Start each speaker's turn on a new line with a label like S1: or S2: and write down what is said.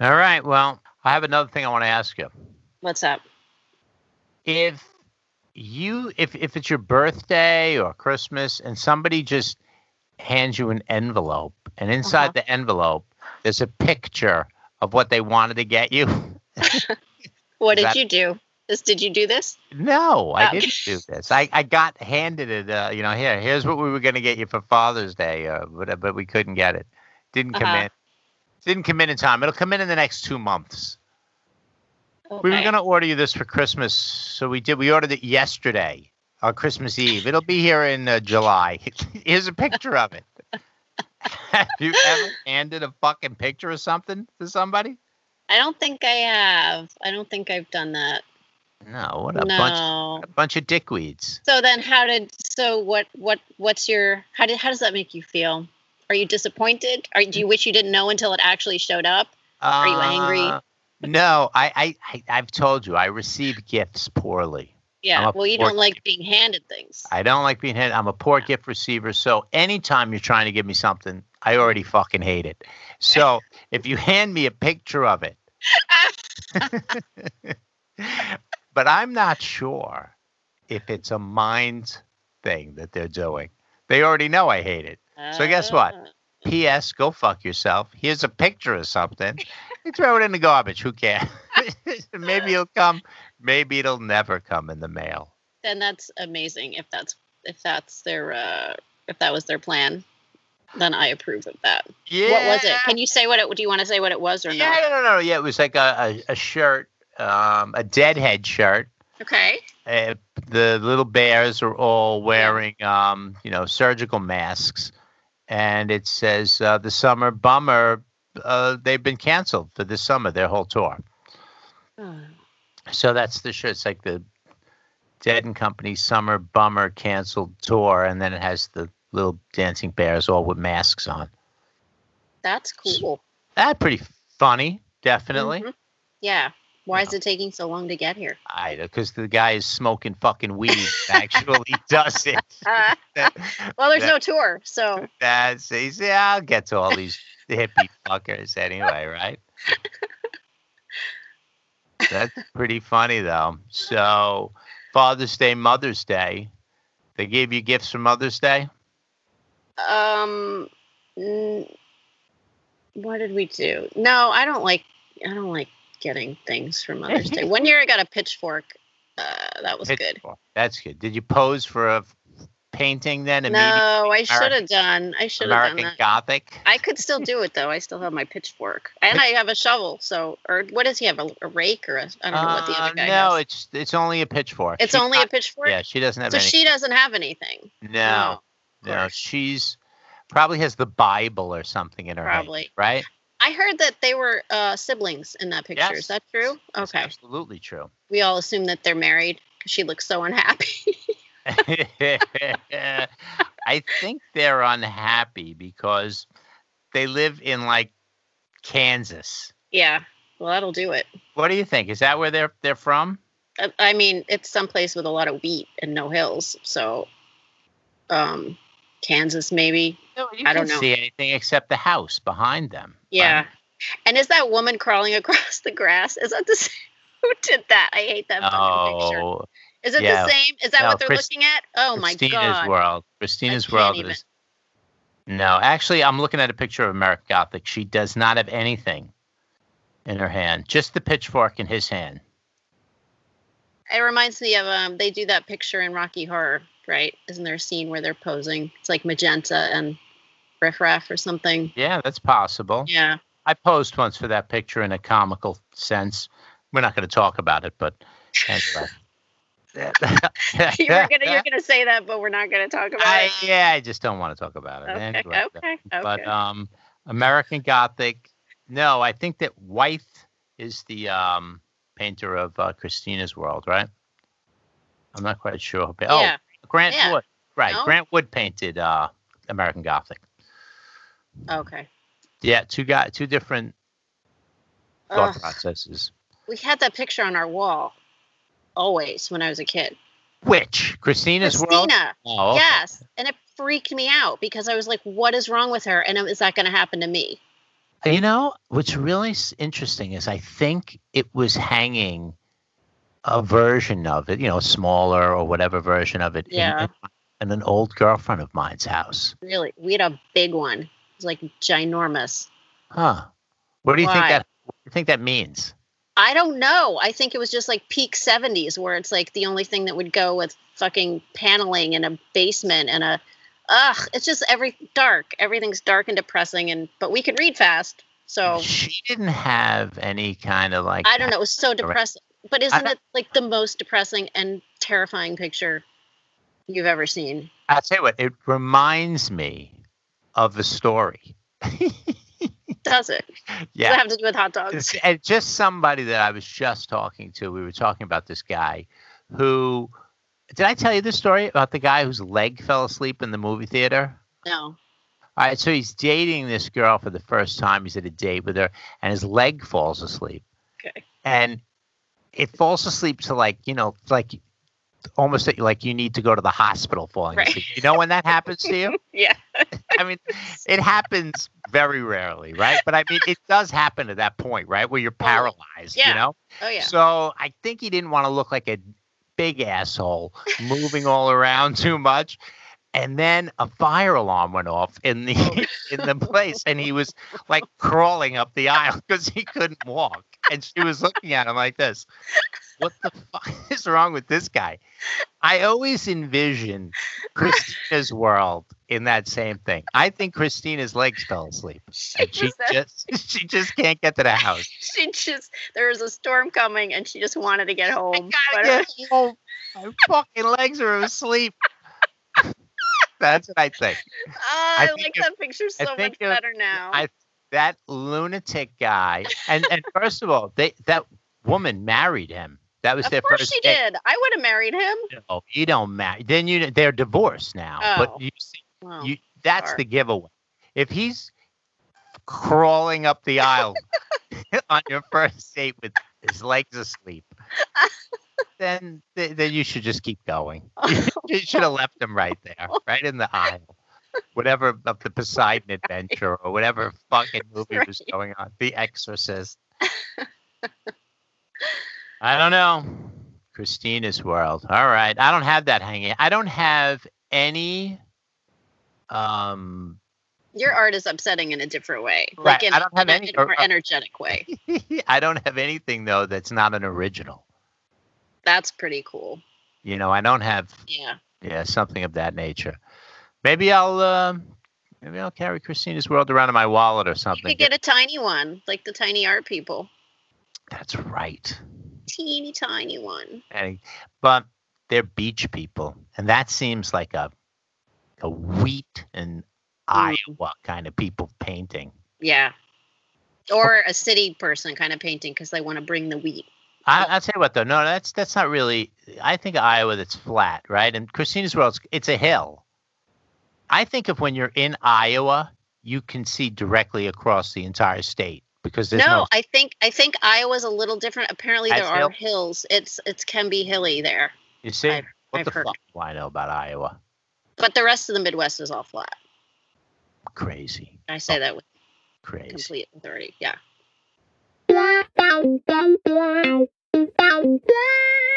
S1: All right. Well, I have another thing I want to ask you.
S2: What's up?
S1: If you, if if it's your birthday or Christmas, and somebody just hands you an envelope, and inside
S2: Uh-huh.
S1: the envelope there's a picture of what they wanted to get you.
S2: What did
S1: That-
S2: you do? This did you do this?
S1: No, I
S2: Oh.
S1: didn't do this. I, I got handed it. Uh, you know, here, here's what we were going to get you for Father's Day, uh, but but we couldn't get it. Didn't come
S2: Uh-huh.
S1: in. Didn't come in in time. It'll come in in the next two months. We were
S2: Okay.
S1: going to order you this for Christmas, so we did. We ordered it yesterday on Christmas Eve. It'll be here in uh, July. Here's a picture of it. Have you ever handed a fucking picture of something to somebody?
S2: I don't think I have. I don't think I've done that.
S1: No, what a bunch,
S2: No.
S1: a bunch of dickweeds.
S2: So then how did so what what what's your how did how does that make you feel? Are you disappointed? Are do you wish you didn't know until it actually showed up?
S1: Are
S2: you angry?
S1: Uh, No, I, I, I, I've told you, I receive gifts poorly.
S2: Yeah.
S1: I'm
S2: Well, you
S1: poor
S2: don't like being handed things.
S1: I don't like being hit. I'm a poor gift receiver. So anytime you're trying to give me something, I already
S2: Mm-hmm.
S1: fucking hate it. So if you hand me a picture of it, but I'm not sure if it's a mind thing that they're doing. They already know I hate it. So guess what?
S2: Ah.
S1: P.S. Go fuck yourself. Here's a picture of something. You throw it in the garbage. Who cares? maybe it'll come. Maybe it'll never come in the mail.
S2: Then that's amazing if that's if that's their uh if that was their plan. Then I approve of that.
S1: Yeah.
S2: What was it? Can you say what it do you want to say what it was or
S1: yeah,
S2: not?
S1: no, no, no. Yeah, it was like a, a, a shirt, um, a deadhead shirt.
S2: Okay.
S1: Uh, the little bears are all wearing, um, you know, surgical masks. And it says uh, the summer bummer, uh, they've been canceled for this summer, their whole tour.
S2: Oh,
S1: So that's the shirt. It's like the Dead and Company Summer Bummer Canceled Tour. And then it has the little dancing bears all with masks on.
S2: that's cool.
S1: That's pretty funny, definitely.
S2: Mhm. Yeah. Why is it taking so long to get here?
S1: I because the guy is smoking fucking weed. and Actually, does it?
S2: Uh, well, there's
S1: that-
S2: no tour, so
S1: That's easy. Yeah, I'll get to all these hippie fuckers anyway, right? That's pretty funny though. So, Father's Day, Mother's Day, they gave you gifts for Mother's Day.
S2: um, n- what did we do? No, I don't like I don't like getting things for Mother's Day. One year I got a pitchfork. Uh, that was good.
S1: Pitchfork. That's good. Did you pose for a painting then? Immediate
S2: No, I should
S1: American-
S2: have done. I should have done
S1: American
S2: that.
S1: Gothic.
S2: I could still do it though. I still have my pitchfork, and I have a shovel. So, or what does he have? A, a rake or a? I don't know what the
S1: Uh,
S2: other guy
S1: no,
S2: has.
S1: it's it's only a pitchfork.
S2: It's
S1: She's
S2: only
S1: not-
S2: a pitchfork.
S1: Yeah, she doesn't have
S2: so
S1: any.
S2: she doesn't have anything.
S1: no.
S2: of
S1: No,
S2: course.
S1: she's probably has the Bible or something in her hand,
S2: Probably.
S1: right?
S2: I heard that they were uh, siblings in that picture.
S1: Yes.
S2: Is that true?
S1: That's
S2: Okay.
S1: absolutely true.
S2: We all assume that they're married because she looks so unhappy.
S1: I think they're unhappy because they live in like Kansas.
S2: yeah. Well, that'll do it.
S1: What do you think? Is that where they're they're from?
S2: I, I mean, it's someplace with a lot of wheat and no hills. So, um, Kansas, maybe.
S1: No, you
S2: I don't
S1: can
S2: know.
S1: see anything except the house behind them.
S2: Yeah.
S1: right?
S2: And is that woman crawling across the grass? Is that the same? Who did that? I hate that fucking picture.
S1: Oh,
S2: Is it
S1: yeah.
S2: the same? Is that
S1: No,
S2: what they're
S1: Chris-
S2: looking at? Oh my
S1: Christina's
S2: god.
S1: world. Christina's
S2: can't
S1: world
S2: even.
S1: is. No, actually, I'm looking at a picture of American Gothic. She does not have anything in her hand, just the pitchfork in his hand.
S2: It reminds me of um, they do that picture in Rocky Horror, right? Isn't there a scene where they're posing? It's like magenta and riffraff or something.
S1: Yeah, that's possible.
S2: Yeah.
S1: I posed once for that picture in a comical sense. We're not going to talk about it, but anyway.
S2: you were gonna you're gonna say that, but we're not gonna talk about
S1: I,
S2: it.
S1: yeah, I just don't want to talk about it.
S2: Okay,
S1: Anyway,
S2: okay, okay.
S1: but um american gothic no i think that wythe is the um painter of uh, christina's world right i'm not quite sure but, oh
S2: yeah.
S1: grant
S2: yeah.
S1: wood right
S2: No?
S1: grant wood painted uh american gothic
S2: Okay.
S1: yeah two got two different thought
S2: Ugh.
S1: processes
S2: We had that picture on our wall always when I was a kid.
S1: which christina's world
S2: Christina.
S1: oh okay.
S2: Yes. And it freaked me out because I was like, what is wrong with her? And is that going to happen to me?
S1: You know, what's really s- interesting is I think it was hanging a version of it, you know, smaller or whatever version of it in-
S2: Yeah.
S1: in, in an old girlfriend of mine's house.
S2: Really? We had a big one. It was like ginormous.
S1: Huh. What do you think
S2: Why?
S1: that what do you think that means?
S2: I don't know. I think it was just like peak 70s where it's like the only thing that would go with fucking paneling in a basement and a ugh, it's just every dark. Everything's dark and depressing and but we could read fast. So
S1: She didn't have any kind of like
S2: Oh. I don't know, it was so depressing. But isn't
S1: I-
S2: it like the most depressing and terrifying picture you've ever seen?
S1: I'll tell you what, it reminds me of the story.
S2: Does it? Does
S1: Yeah.
S2: it have to do with hot dogs?
S1: It's- and just somebody that I was just talking to. We were talking about this guy who did I tell you the story about the guy whose leg fell asleep in the movie theater?
S2: No.
S1: All right, so he's dating this girl for the first time. He's at a date with her, and his leg falls asleep.
S2: Okay.
S1: And it falls asleep to like you know like almost that you- like you need to go to the hospital falling
S2: Right.
S1: asleep. You know when that happens to you?
S2: Yeah.
S1: I mean, it happens very rarely, right? But I mean, it does happen at that point, right, where you're
S2: Totally.
S1: paralyzed.
S2: Yeah.
S1: You know.
S2: Oh yeah.
S1: So I think he didn't want to look like a big asshole moving all around too much. And then a fire alarm went off in the
S2: Oh.
S1: in the place, and he was like crawling up the aisle because he couldn't walk. And she was looking at him like this. What the fuck is wrong with this guy? I always envision Christina's world in that same thing. I think Christina's legs fell asleep.
S2: She
S1: And she
S2: was that-
S1: just she just can't get to the house.
S2: she just there was a storm coming and she just wanted to get home. But
S1: gotta get home. Oh, My fucking legs are asleep. That's what I think.
S2: oh, I,
S1: think
S2: like
S1: it-
S2: that picture so
S1: think
S2: much
S1: it-
S2: better now.
S1: I- That lunatic guy. And and first of all, they that woman married him. That was
S2: of
S1: their
S2: course
S1: first
S2: she
S1: date.
S2: did. I would have married him.
S1: No, you don't marry. Then you they're divorced now.
S2: Oh.
S1: But you see,
S2: Wow.
S1: you that's
S2: sorry.
S1: the giveaway. If he's crawling up the aisle on your first date with his legs asleep, then th- then you should just keep going. you should have left him right there, right in the aisle. Whatever of the Poseidon Adventure or whatever fucking movie was
S2: Right.
S1: going on, The Exorcist. I don't know. Christina's world. All right. I don't have that hanging. I don't have any um
S2: Your art is upsetting in a different way.
S1: Right,
S2: Like in,
S1: I don't have
S2: in a-
S1: any-
S2: in a more
S1: or- uh, or-
S2: energetic way.
S1: I don't have anything though that's not an original.
S2: That's pretty cool.
S1: You know, I don't have
S2: Yeah.
S1: yeah something of that nature. Maybe I'll um, maybe I'll carry Christina's world around in my wallet or
S2: You
S1: something.
S2: could get a tiny one, like the tiny art people.
S1: that's right.
S2: Teeny tiny one.
S1: And, but they're beach people, and that seems like a a wheat and
S2: Mm.
S1: Iowa kind of people painting.
S2: Yeah. Or
S1: Oh.
S2: a city person kind of painting because they want to bring the wheat.
S1: I, I'll tell you what though, no, that's that's not really. I think of Iowa that's flat, right? And Christina's world, it's- it's a hill. I think of when you're in Iowa, you can see directly across the entire state because there's
S2: no,
S1: no.
S2: I think I think Iowa's a little different. Apparently,
S1: Ice
S2: there
S1: hill?
S2: are hills. It's it can be hilly there,
S1: you see,
S2: I've-
S1: what
S2: I've
S1: the
S2: heard.
S1: fuck do I know about Iowa?
S2: but the rest of the Midwest is all flat.
S1: Crazy,
S2: I say that with
S1: crazy.
S2: complete authority. Yeah.
S3: Wow, wow, wow, wow, wow, wow.